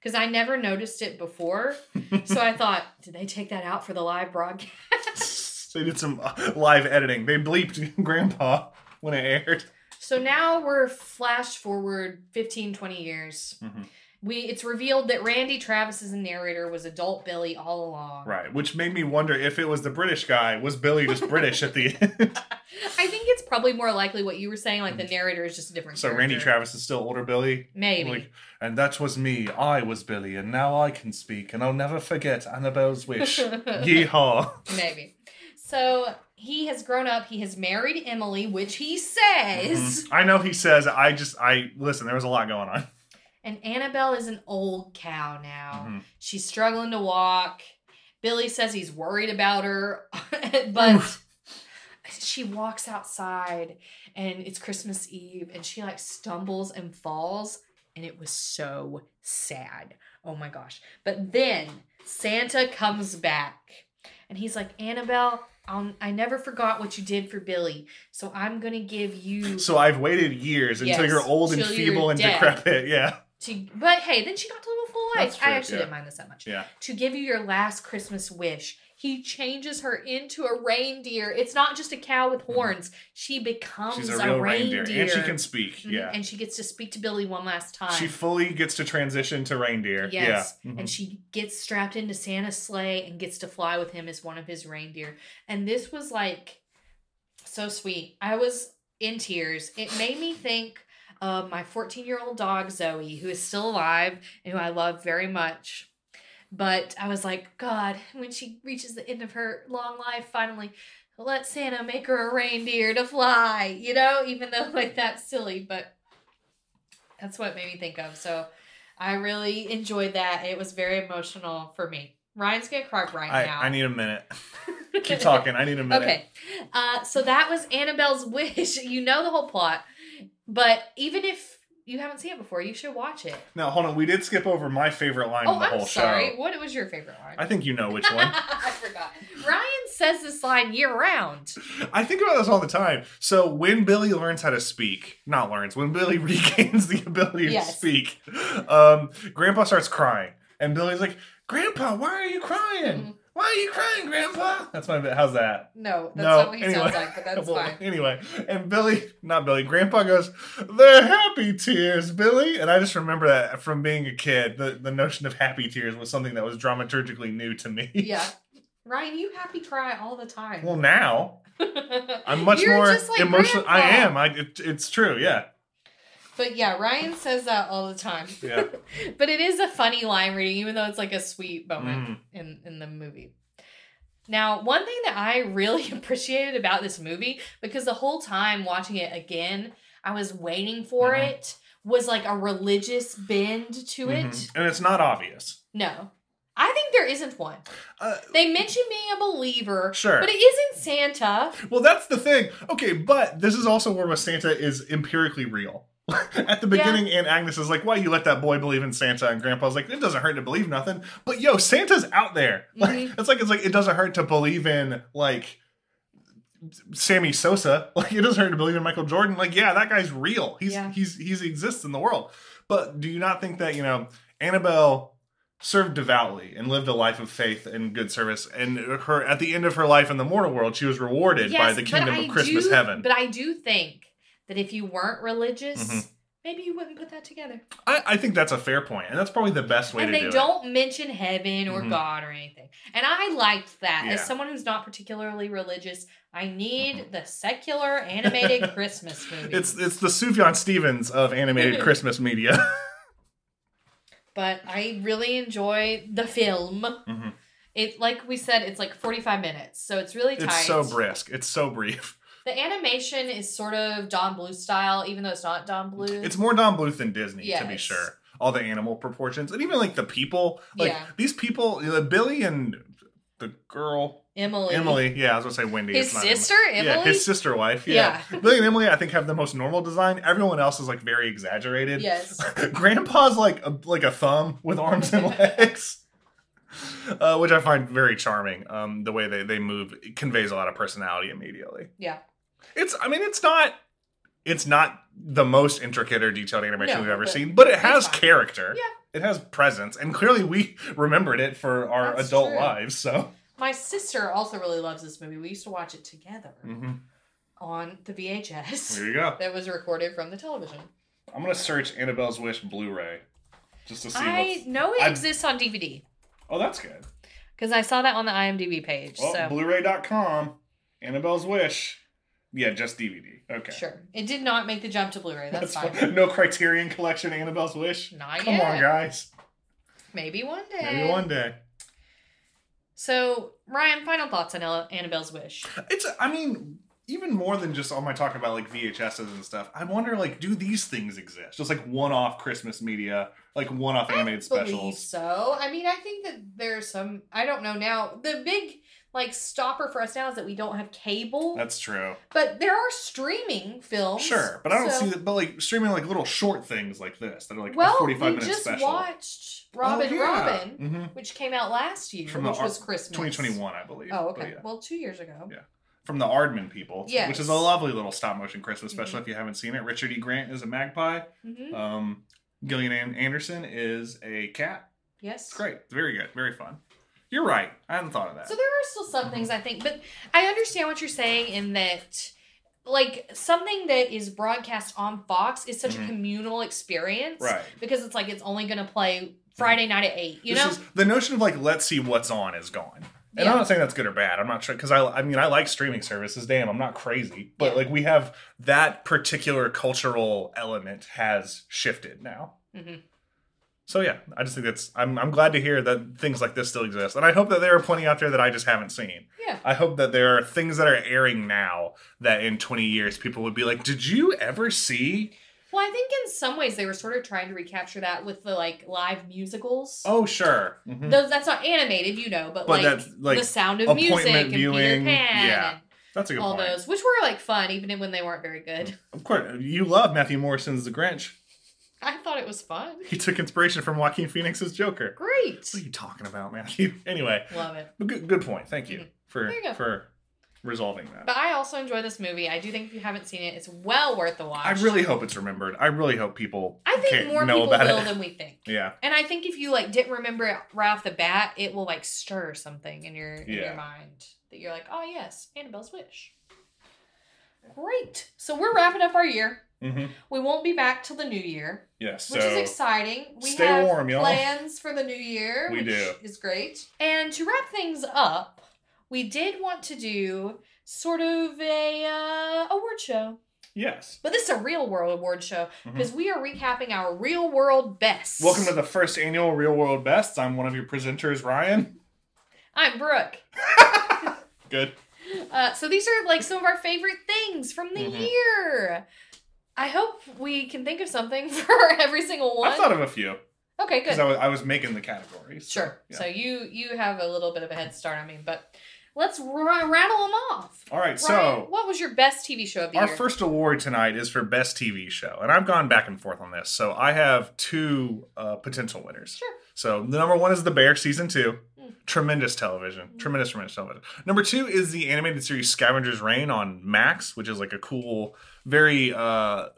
S2: because I never noticed it before. so I thought, did they take that out for the live broadcast?
S1: They did some uh, live editing. They bleeped Grandpa when it aired.
S2: So now we're flash forward 15, 20 years.
S1: Mm-hmm.
S2: We it's revealed that Randy Travis as the narrator was adult Billy all along.
S1: Right, which made me wonder if it was the British guy, was Billy just British at the end?
S2: I think it's probably more likely what you were saying, like the narrator is just a different.
S1: Mm-hmm. so Randy
S2: character.
S1: Travis is still older Billy?
S2: Maybe.
S1: and that was me. I was Billy, and now I can speak, and I'll never forget Annabelle's wish. Yeehaw.
S2: Maybe. So he has grown up. He has married Emily, which he says.
S1: I know he says, I just, I, listen, there was a lot going on.
S2: And Annabelle is an old cow now. She's struggling to walk. Billy says he's worried about her, but she walks outside and it's Christmas Eve and she like stumbles and falls. And it was so sad. Oh my gosh. But then Santa comes back and he's like, Annabelle, I'll, I never forgot what you did for Billy. So I'm going to give you.
S1: So I've waited years until
S2: Yes,
S1: you're old and
S2: till you're
S1: feeble and
S2: dead.
S1: decrepit. Yeah.
S2: to but hey then she got to live a full
S1: That's
S2: life
S1: true,
S2: i actually
S1: yeah.
S2: didn't mind this that much
S1: Yeah.
S2: to give you your last christmas wish he changes her into a reindeer it's not just a cow with horns she becomes
S1: Mm-hmm. She's a real reindeer. And she can speak.
S2: Mhm,
S1: Yeah.
S2: and she gets to speak to billy one last time
S1: She fully gets to transition to reindeer.
S2: Yes.
S1: Yeah. Mhm.
S2: And she gets strapped into Santa's sleigh and gets to fly with him as one of his reindeer. And this was like so sweet. I was in tears. It made me think of my 14 year old dog, Zoe, who is still alive and who I love very much. But I was like, God, when she reaches the end of her long life, finally, let Santa make her a reindeer to fly, you know, even though like that's silly, but that's what it made me think of. So I really enjoyed that. It was very emotional for me. Ryan's gonna cry right
S1: I,
S2: now.
S1: I need a minute. Keep talking. I need a minute.
S2: Okay. Uh, so that was Annabelle's wish. You know the whole plot, but even if you haven't seen it before, you should watch it.
S1: Now, hold on. We did skip over my favorite line
S2: Oh,
S1: of the
S2: I'm
S1: whole
S2: sorry.
S1: show.
S2: What was your favorite line?
S1: I think you know which one.
S2: I forgot. Ryan says this line year round.
S1: I think about this all the time. So when Billy learns how to speak, not learns, when Billy regains the ability to
S2: Yes.
S1: speak,
S2: Mm-hmm.
S1: um, Grandpa starts crying. And Billy's like, Grandpa, why are you crying? Why Why are you crying, Grandpa? That's my bit. How's that?
S2: No, that's not what he sounds like, but that's
S1: Well,
S2: fine.
S1: Anyway, and Billy, not Billy, Grandpa goes, "They're happy tears, Billy," and I just remember that from being a kid. The the notion of happy tears was something that was dramaturgically new to me.
S2: Yeah. Ryan, you happy cry all the time.
S1: Well, now I'm much
S2: You're
S1: more
S2: just like
S1: emotional. I
S2: Grandpa.
S1: am. I it, it's true. Yeah.
S2: But yeah, Ryan says that all the time.
S1: Yeah.
S2: but it is a funny line reading, even though it's like a sweet moment
S1: Mm.
S2: in, in the movie. Now, one thing that I really appreciated about this movie, because the whole time watching it again, I was waiting for
S1: Mm-hmm.
S2: it, was like a religious bend to it.
S1: Mhm. And it's not obvious.
S2: No. I think there isn't one.
S1: Uh,
S2: They mention being a believer,
S1: Sure.
S2: but it isn't Santa.
S1: Well, that's the thing. Okay, but this is also where Santa is empirically real. At the beginning, Aunt Agnes is like, "Why you let that boy believe in Santa?" And Grandpa's like, "It doesn't hurt to believe nothing." But yo, Santa's out there. Like,
S2: Mm-hmm.
S1: it's like it's like it doesn't hurt to believe in like Sammy Sosa. Like, it doesn't hurt to believe in Michael Jordan. Like, yeah, that guy's real. He's
S2: Yeah.
S1: he's he's exists in the world. But do you not think that you know Annabelle served devoutly and lived a life of faith and good service. And her at the end of her life in the mortal world, she was rewarded by the
S2: but
S1: kingdom
S2: I
S1: of Christmas
S2: do-
S1: heaven.
S2: But I do think that if you weren't religious,
S1: Mhm.
S2: maybe you wouldn't put that together.
S1: I, I think that's a fair point, and that's probably the best way
S2: and
S1: to
S2: they
S1: do it.
S2: don't mention heaven or
S1: Mhm.
S2: God or anything. And I liked that.
S1: Yeah. Mm-hmm.
S2: As someone who's not particularly religious, I need the secular animated Christmas movie.
S1: It's it's the Sufjan Stevens of animated Christmas media.
S2: but I really enjoy the film.
S1: Mhm.
S2: It like we said, it's like forty five minutes, so it's really tight.
S1: it's so brisk. It's so brief.
S2: The animation is sort of Don Blue style, even though it's not Don Blue.
S1: It's more Don Bluth than Disney, to be
S2: Yes.
S1: sure. All the animal proportions and even like the people, like
S2: Yeah.
S1: these people, you know, Billy and the girl
S2: Emily.
S1: Emily, yeah, I was gonna say Wendy.
S2: His
S1: it's not Emily.
S2: sister,
S1: yeah,
S2: Emily?
S1: his sister wife, yeah. Billy and Emily, I think, have the most normal design. Everyone else is like very exaggerated.
S2: Yes.
S1: Grandpa's like a, like a thumb with arms and legs, uh, which I find very charming. Um, the way they they move it conveys a lot of personality immediately.
S2: Yeah.
S1: It's, I mean, it's not. It's not the most intricate or detailed animation
S2: No,
S1: we've ever
S2: but
S1: seen, but it
S2: it's
S1: has
S2: fine.
S1: character.
S2: Yeah.
S1: It has presence, and clearly we remembered it for our
S2: That's
S1: adult
S2: true.
S1: lives. So,
S2: My sister also really loves this movie. We used to watch it together
S1: Mhm.
S2: on the VHS
S1: there you go.
S2: that was recorded from the television.
S1: I'm gonna search Annabelle's Wish Blu-ray just to see.
S2: I
S1: what's-
S2: know it
S1: I've-
S2: exists on DVD
S1: Oh, that's good.
S2: because I saw that on the IMDb page.
S1: Well,
S2: so
S1: Blu-ray.com, Annabelle's Wish. Yeah, just DVD. Okay.
S2: sure, it did not make the jump to Blu-ray. That's, fine.
S1: fine. No Criterion Collection Annabelle's Wish.
S2: Not
S1: Come on,
S2: yet.
S1: guys.
S2: Maybe one day.
S1: Maybe one day.
S2: So Ryan, final thoughts on Anna- Annabelle's Wish?
S1: It's. I mean. Even more than just all my talk about like VHSs and stuff, I wonder like, do these things exist? Just like one-off Christmas media, like one-off animated
S2: believe
S1: specials.
S2: so. I mean, I think that there's some. I don't know now. The big like stopper for us now is that we don't have cable,
S1: That's true.
S2: but there are streaming films.
S1: Sure, but I don't
S2: so-
S1: see that. But like streaming like little short things like this that are like
S2: Well,
S1: a forty-five
S2: we
S1: minute
S2: just
S1: special
S2: watched Robin
S1: Oh, yeah.
S2: Robin,
S1: Mhm.
S2: which came out last year,
S1: From the
S2: which
S1: ar-
S2: was Christmas,
S1: 2021, I believe.
S2: Oh,
S1: But
S2: okay.
S1: yeah.
S2: Well, two years ago.
S1: Yeah. From the Aardman people,
S2: Yes. Mm-hmm.
S1: which is a lovely little stop motion Christmas special. If you haven't seen it, Richard E. Grant is a magpie. Um, Gillian Ann Anderson is a cat.
S2: Yes.
S1: It's great. Very good. Very fun. You're right. I hadn't thought of that.
S2: So there are still some things I think, but I understand what you're saying in that, like something that is broadcast on Fox is such a communal experience,
S1: Mm-hmm. Right. Mm-hmm.
S2: Because it's like it's only going to play Friday night at eight. You
S1: This
S2: know,
S1: is- the notion of like let's see what's on is gone. And
S2: Yeah.
S1: I'm not saying that's good or bad. I'm not sure because I, I mean, I like streaming services. Damn, I'm not crazy, but
S2: Yeah.
S1: like we have that particular cultural element has shifted now.
S2: Mhm.
S1: So yeah, I just think that's. I'm I'm glad to hear that things like this still exist, and I hope that there are plenty out there that I just haven't seen.
S2: Yeah.
S1: I hope that there are things that are airing now that in 20 years people would be like, "Did you ever see?"
S2: well, I think in some ways they were sort of trying to recapture that with the like live musicals.
S1: Oh sure. Mhm.
S2: Those that's not animated, you know, but,
S1: But
S2: like,
S1: that's, like,
S2: the sound of
S1: appointment
S2: music and Peter
S1: viewing.
S2: Pan
S1: Yeah.
S2: and
S1: That's a good
S2: all
S1: point. Mm-hmm.
S2: those, which were like fun even when they weren't very good.
S1: Of course, you love Matthew Morrison's The Grinch.
S2: I thought it was fun.
S1: He took inspiration from Joaquin Phoenix's Joker.
S2: Great,
S1: What are you talking about, Matthew? Anyway,
S2: love it.
S1: but good, good point. Thank you for
S2: mm-hmm. There you go.
S1: for resolving that.
S2: But I also enjoy this movie. I do think if you haven't seen it, it's well worth the watch.
S1: I really hope it's remembered. I really hope people
S2: I think
S1: can't
S2: more
S1: know
S2: people
S1: about
S2: will
S1: it.
S2: than we think.
S1: yeah.
S2: And I think if you like didn't remember it right off the bat, it will like stir something in your in
S1: Yeah.
S2: your mind that you're like, oh yes, Annabelle's wish. Great. So we're wrapping up our year.
S1: hmm
S2: We won't be back till the new year,
S1: Yes.
S2: which is
S1: so
S2: exciting. We
S1: stay
S2: have
S1: warm, y'all.
S2: plans for the new year.
S1: We
S2: which
S1: do.
S2: is great. And to wrap things up, we did want to do sort of a uh, award show.
S1: yes.
S2: But this is a real world award show because we are recapping our real world best.
S1: Mm-hmm. Welcome to the first annual Real World Bests. I'm one of your presenters, Ryan.
S2: I'm Brooke.
S1: Good.
S2: Uh, so these are like some of our favorite things from the
S1: Mm-hmm.
S2: year. I hope we can think of something for every single one.
S1: I thought of a few
S2: okay, good.
S1: because I was, I was making the categories. so,
S2: sure.
S1: yeah.
S2: So you you have a little bit of a head start on me, but let's ra- rattle them off.
S1: All right,
S2: Ryan,
S1: so-
S2: what was your best TV show of the
S1: Our
S2: year?
S1: first award tonight is for Best TV Show, and I've gone back and forth on this. So I have two uh, potential winners.
S2: Sure. Hmm.
S1: So the number one is The Bear season two, tremendous television, tremendous, tremendous television. Number two is the animated series Scavenger's Reign on Max, which is like a cool, very uh,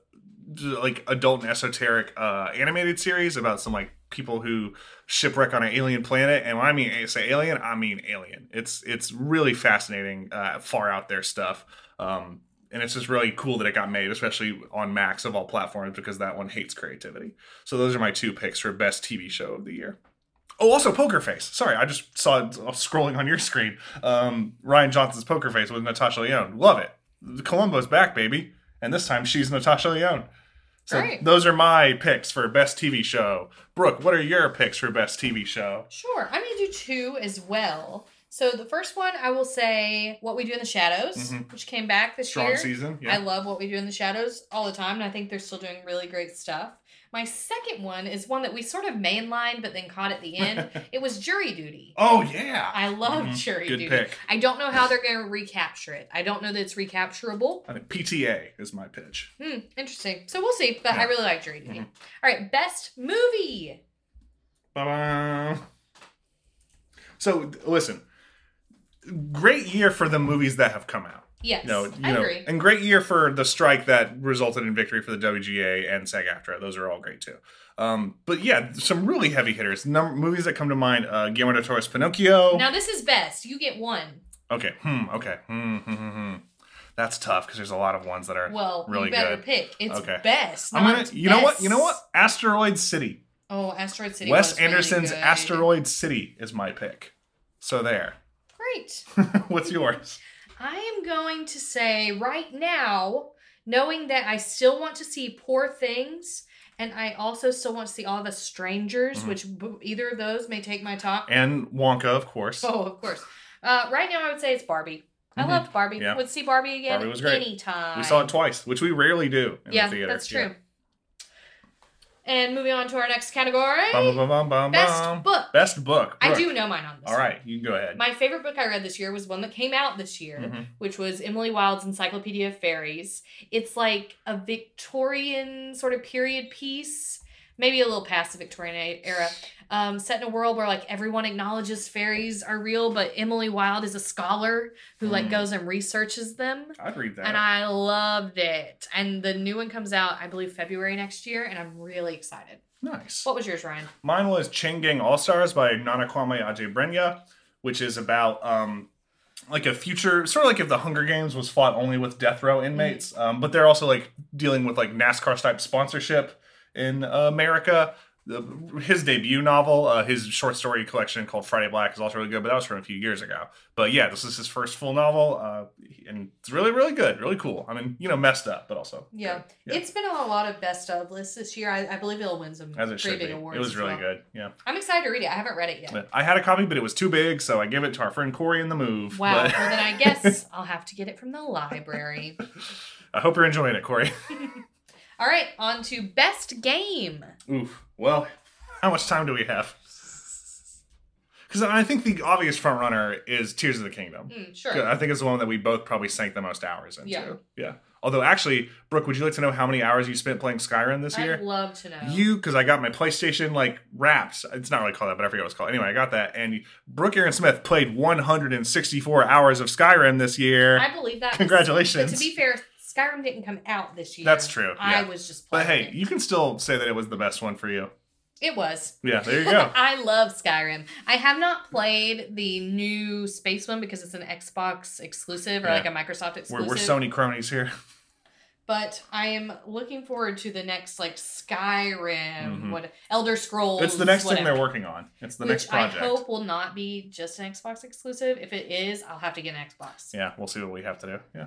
S1: d- like adult and esoteric uh, animated series about some like people who shipwreck on an alien planet and when i mean a- say alien i mean alien it's it's really fascinating uh, far out there stuff um, and it's just really cool that it got made especially on max of all platforms because that one hates creativity so those are my two picks for best tv show of the year Oh, also Poker Face. Sorry, I just saw it scrolling on your screen. Um, Ryan Johnson's Poker Face with Natasha Leone. Love it. Columbo's back, baby. And this time she's Natasha Leone. So
S2: Great.
S1: those are my picks for best TV show. Brooke, what are your picks for best TV show?
S2: Sure. I'm going to do two as well. So the first one, I will say What We Do in the Shadows, which came back this
S1: Mm-hmm. Strong
S2: year.
S1: season, yeah.
S2: I love What We Do in the Shadows all the time, and I think they're still doing really great stuff. My second one is one that we sort of mainlined, but then caught at the end. it was Jury Duty.
S1: Oh yeah.
S2: I love
S1: Mhm.
S2: Jury
S1: Good
S2: Duty.
S1: pick.
S2: I don't know how they're going to recapture it. I don't know that it's recapturable.
S1: I think PTA is my pitch.
S2: Hmm, interesting. So we'll see, but I really like Jury
S1: Mm-hmm.
S2: Duty. All right, best movie.
S1: Ba-ba. So th- listen, great year for the movies that have come out.
S2: Yes,
S1: No, you
S2: I
S1: know,
S2: agree.
S1: and great year for the strike that resulted in victory for the WGA and SAG-AFTRA. Those are all great too. Um, but yeah, some really heavy hitters. Num- movies that come to mind: uh, Guillermo del Toro's Pinocchio.
S2: Now this is best. You get one.
S1: okay, hmm, okay, hmm, hmm, hmm, hmm. That's tough because there's a lot of ones that are
S2: Well,
S1: really
S2: you better
S1: good.
S2: pick. It's
S1: Okay.
S2: best.
S1: I'm gonna.
S2: not
S1: You know what? You know what?
S2: best.
S1: Asteroid City.
S2: Oh, Asteroid City.
S1: Wes
S2: was really
S1: Anderson's
S2: good.
S1: Asteroid City is my pick. So there.
S2: Great.
S1: What's yours?
S2: I am going to say right now, knowing that I still want to see Poor Things, and I also still want to see All the Strangers, which b- either of those may take my top.
S1: Mm-hmm. And Wonka, of course.
S2: Oh, of course. Uh, right now, I would say it's Barbie. I loved Barbie.
S1: Mm-hmm. Yeah.
S2: Would see Barbie again
S1: Barbie was great.
S2: anytime.
S1: We saw it twice, which we rarely do in
S2: yeah,
S1: the theater.
S2: that's true. And moving on to our next category.
S1: Bum, bum, bum, bum,
S2: Best
S1: bum.
S2: book.
S1: Best book.
S2: I
S1: Brooke.
S2: do know mine on this.
S1: All right, you can go ahead.
S2: My favorite book I read this year was one that came out this year,
S1: Mm-hmm.
S2: which was Emily Wilde's Encyclopedia of Fairies. It's like a Victorian sort of period piece, maybe a little past the Victorian e- era, um, set in a world where like everyone acknowledges fairies are real, but Emily Wilde is a scholar who
S1: Mm.
S2: like goes and researches them.
S1: I'd read that.
S2: And I loved it. And the new one comes out, I believe, February next year, and I'm really excited.
S1: nice.
S2: What was yours, Ryan?
S1: Mine was Chain Gang All Stars by Nanakwame Ajebrenya, which is about um, like a future, sort of like if the Hunger Games was fought only with death row inmates,
S2: Mm.
S1: um, but they're also like dealing with like NASCAR type sponsorship in uh, America. The, his debut novel, uh, his short story collection called Friday Black is also really good, but that was from a few years ago. But yeah, this is his first full novel, uh, and it's really, really good, really cool. I mean, you know, messed up, but also
S2: Yeah.
S1: good. Yeah.
S2: it's been on a lot of best of lists this year. I, I believe it'll win some
S1: as it
S2: pretty
S1: should be.
S2: big
S1: It
S2: awards.
S1: was
S2: as
S1: really
S2: well.
S1: good. Yeah.
S2: I'm excited to read it. I haven't read it yet.
S1: But I had a copy, but it was too big, so I gave it to our friend Corey in the move.
S2: Wow.
S1: But
S2: well, then I guess I'll have to get it from the library.
S1: I hope you're enjoying it, Corey.
S2: All right, on to best game.
S1: Oof. Well, how much time do we have? Because I think the obvious front runner is Tears of the Kingdom.
S2: Mm, sure.
S1: I think it's the one that we both probably sank the most hours into.
S2: Yeah.
S1: Yeah. Although, actually, Brooke, would you like to know how many hours you spent playing Skyrim this year?
S2: I'd love to know.
S1: You, because I got my PlayStation like wraps. It's not really called that, but I forget what it's called. Anyway, I got that, and Brooke Aaron Smith played 164 hours of Skyrim this year.
S2: I believe that.
S1: Congratulations.
S2: But to be fair, Skyrim didn't come out this year.
S1: That's true,
S2: I
S1: yeah.
S2: was just
S1: but
S2: playing.
S1: hey,
S2: it.
S1: you can still say that it was the best one for you.
S2: it was.
S1: Yeah, there you go.
S2: I love Skyrim. I have not played the new space one because it's an Xbox exclusive or
S1: Yeah.
S2: like a Microsoft exclusive.
S1: we're, we're Sony cronies here.
S2: But I am looking forward to the next like Skyrim,
S1: Mhm.
S2: what Elder Scrolls.
S1: It's the next thing
S2: oh, whatever.
S1: they're working on. It's the
S2: Which
S1: next project.
S2: I hope will not be just an Xbox exclusive. If it is, I'll have to get an Xbox.
S1: Yeah, we'll see what we have to do. Yeah.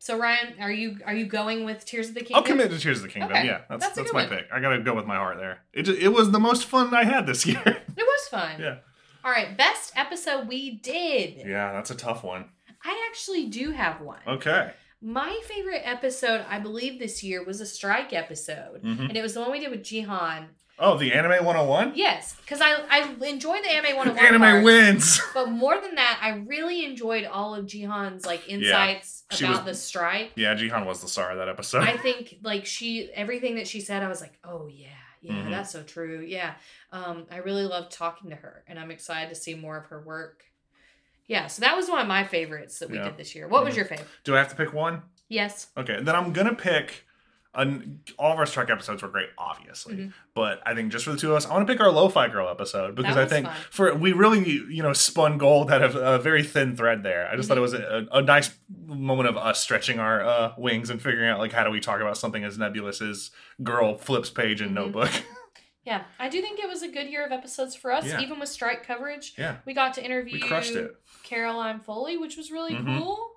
S2: So Ryan, are you are you going with Tears of the Kingdom?
S1: I'll commit to Tears of the Kingdom.
S2: Okay,
S1: Yeah, that's that's,
S2: that's a good
S1: my
S2: one.
S1: pick. I gotta go with my heart there. It ju- it was the most fun I had this year.
S2: It was fun.
S1: yeah,
S2: All right, best episode we did.
S1: yeah, that's a tough one.
S2: I actually do have one.
S1: Okay,
S2: My favorite episode, I believe, this year was a strike episode,
S1: Mhm.
S2: and it was the one we did with Jihan.
S1: oh, the anime 101?
S2: Yes, because I I enjoyed the anime one.
S1: Anime wins.
S2: But more than that, I really enjoyed all of Jihan's like insights
S1: She was-
S2: about the strike.
S1: Yeah, Jihan was the star of that episode.
S2: I think like she everything that she said, I was like, oh yeah, yeah,
S1: Mhm.
S2: that's so true. Yeah, um, I really love talking to her, and I'm excited to see more of her work. Yeah, so that was one of my favorites that we
S1: Yeah. Mm-hmm.
S2: did this year. What was your favorite?
S1: do I have to pick one?
S2: Yes,
S1: Okay, then I'm gonna pick. An, all of our Strike episodes were great, obviously,
S2: Mm-hmm.
S1: but I think just for the two of us, I want to pick our Lo-Fi Girl episode because I
S2: was
S1: think
S2: fun.
S1: for we really you know spun gold out of a very thin thread there. I just thought it was
S2: Mm-hmm.
S1: a, a nice moment of us stretching our uh, wings and figuring out like how do we talk about something as nebulous as girl flips page in
S2: Mm-hmm.
S1: notebook.
S2: yeah, I do think it was a good year of episodes for us,
S1: Yeah.
S2: even with strike coverage.
S1: Yeah.
S2: we got to interview
S1: crushed it. Mm-hmm.
S2: Caroline Foley, which was really cool.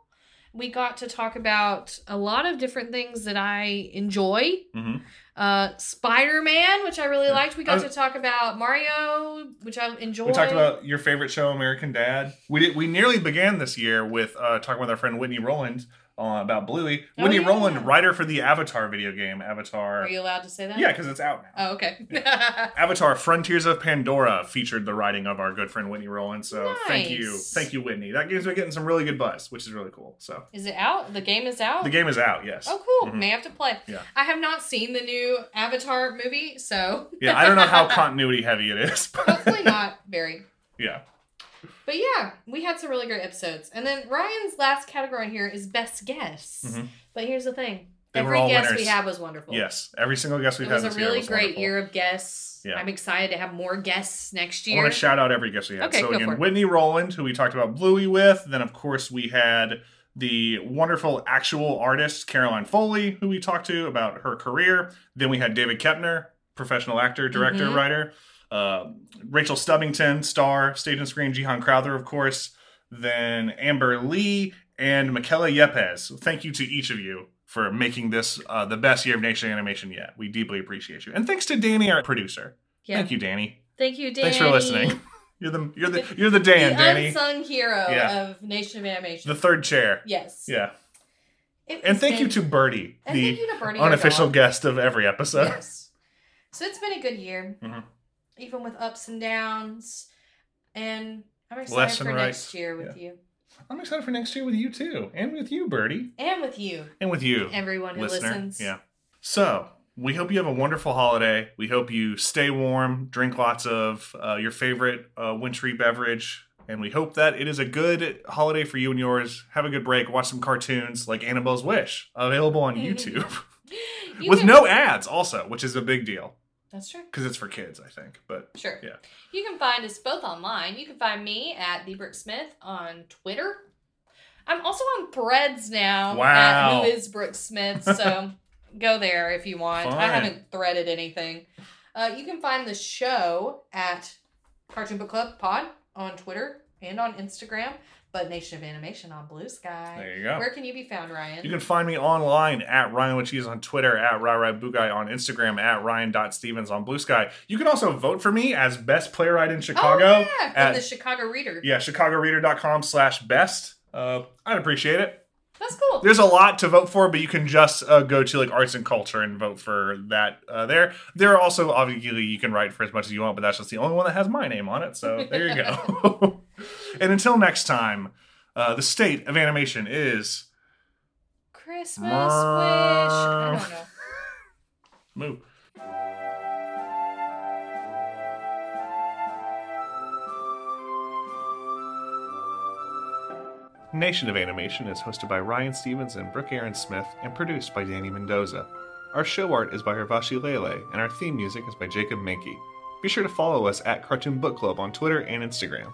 S2: We got to talk about a lot of different things that I enjoy.
S1: Mhm.
S2: Uh, Spider Man, which I really liked. We got
S1: I-
S2: to talk about Mario, which I enjoyed.
S1: We talked about your favorite show, American Dad. We did, we nearly began this year with uh, talking with our friend Whitney Roland uh, about Bluey.
S2: Oh,
S1: Whitney
S2: yeah. Oh,
S1: Roland, writer for the Avatar video game, Avatar.
S2: Are you allowed to say that?
S1: Yeah, because it's out now.
S2: Oh, okay.
S1: Avatar Frontiers of Pandora featured the writing of our good friend Whitney Roland. So thank you.
S2: Nice.
S1: Thank you, Whitney. That game's been getting some really good buzz, which is really cool. So
S2: is it out? The game is out.
S1: the game is out, yes.
S2: Oh, cool. May have to play.
S1: Yeah.
S2: I have not seen the new Avatar movie, so
S1: Yeah, I don't know how continuity heavy it is, but
S2: hopefully not very.
S1: yeah.
S2: But yeah, we had some really great episodes. And then Ryan's last category in here is best guess. But here's the thing.
S1: Mm-hmm. They were
S2: Every
S1: all
S2: guess we
S1: winners.
S2: had was wonderful.
S1: Yes. Every single guest we've
S2: It
S1: had
S2: was a
S1: this year
S2: really
S1: was
S2: great
S1: wonderful.
S2: year of guests.
S1: Yeah.
S2: I'm excited to have more guests next
S1: I
S2: year.
S1: want to shout out every guest we had.
S2: Okay,
S1: so
S2: go
S1: again,
S2: for it.
S1: Whitney Roland, who we talked about Bluey with. Then of course we had the wonderful actual artist Caroline Foley, who we talked to about her career. Then we had David Kepner, professional actor, director,
S2: Mm-hmm.
S1: writer. Uh, Rachel Stubbington, star, stage and screen. Jihan Crowther, of course. Then Amber Lee and Michaela Yepes. Thank you to each of you for making this uh, the best year of Nation Animation yet. We deeply appreciate you. And thanks to Danny, our producer.
S2: Yeah.
S1: Thank you, Danny.
S2: Thank you, Danny.
S1: Thanks for listening. You're the you're the you're the
S2: The
S1: Dan, Danny.
S2: unsung hero
S1: Yeah.
S2: of Nation of Animation.
S1: The third chair.
S2: yes.
S1: Yeah.
S2: It
S1: And
S2: has
S1: thank you
S2: been-
S1: to Birdie,
S2: And
S1: the
S2: thank you to Birdie, our
S1: unofficial
S2: dog.
S1: guest of every episode.
S2: Yes. So it's been a good year,
S1: Mhm.
S2: even with ups and downs. And I'm excited
S1: Less
S2: for
S1: and right.
S2: next year with you
S1: I'm excited for next year with you too, and with you, Birdie,
S2: and with you.
S1: and with you,
S2: Everyone who listens.
S1: Yeah. So we hope you have a wonderful holiday. We hope you stay warm, drink lots of uh, your favorite uh, wintry beverage, and we hope that it is a good holiday for you and yours. Have a good break. Watch some cartoons like Annabelle's Wish, available on YouTube.
S2: You
S1: with
S2: can-
S1: no ads also which is a big deal
S2: That's true.
S1: because it's for kids i think but
S2: Sure.
S1: yeah
S2: You can find us both online. You can find me at The Brick Smith on Twitter. I'm also on Threads now.
S1: Wow.
S2: At Who is Brooke Smith? So go there if you want. I
S1: Fine.
S2: haven't threaded anything. Uh, you can find the show at Cartoon Book Club Pod on Twitter and on Instagram, but Nation of Animation on Blue Sky.
S1: There you go.
S2: Where can you be found, Ryan?
S1: you can find me online at Ryan with Cheese on Twitter, at RyRyBugai on Instagram, at Ryan.Stevens on Blue Sky. You can also vote for me as best playwright in Chicago
S2: Oh, yeah, from
S1: at
S2: the Chicago Reader.
S1: yeah, chicagoreader.com slash best. Uh, I'd appreciate it.
S2: That's cool.
S1: There's a lot to vote for, but you can just uh, go to like arts and culture and vote for that uh, there. There are also obviously you can write for as much as you want, but that's just the only one that has my name on it. So there you go. and until next time, uh, the state of animation is
S2: Christmas wish. I don't know.
S1: moo. Nation of Animation is hosted by Ryan Stevens and Brooke Aaron Smith and produced by Danny Mendoza. Our show art is by Ravashi Lele, and our theme music is by Jacob Mankey. Be sure to follow us at Cartoon Book Club on Twitter and Instagram.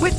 S3: With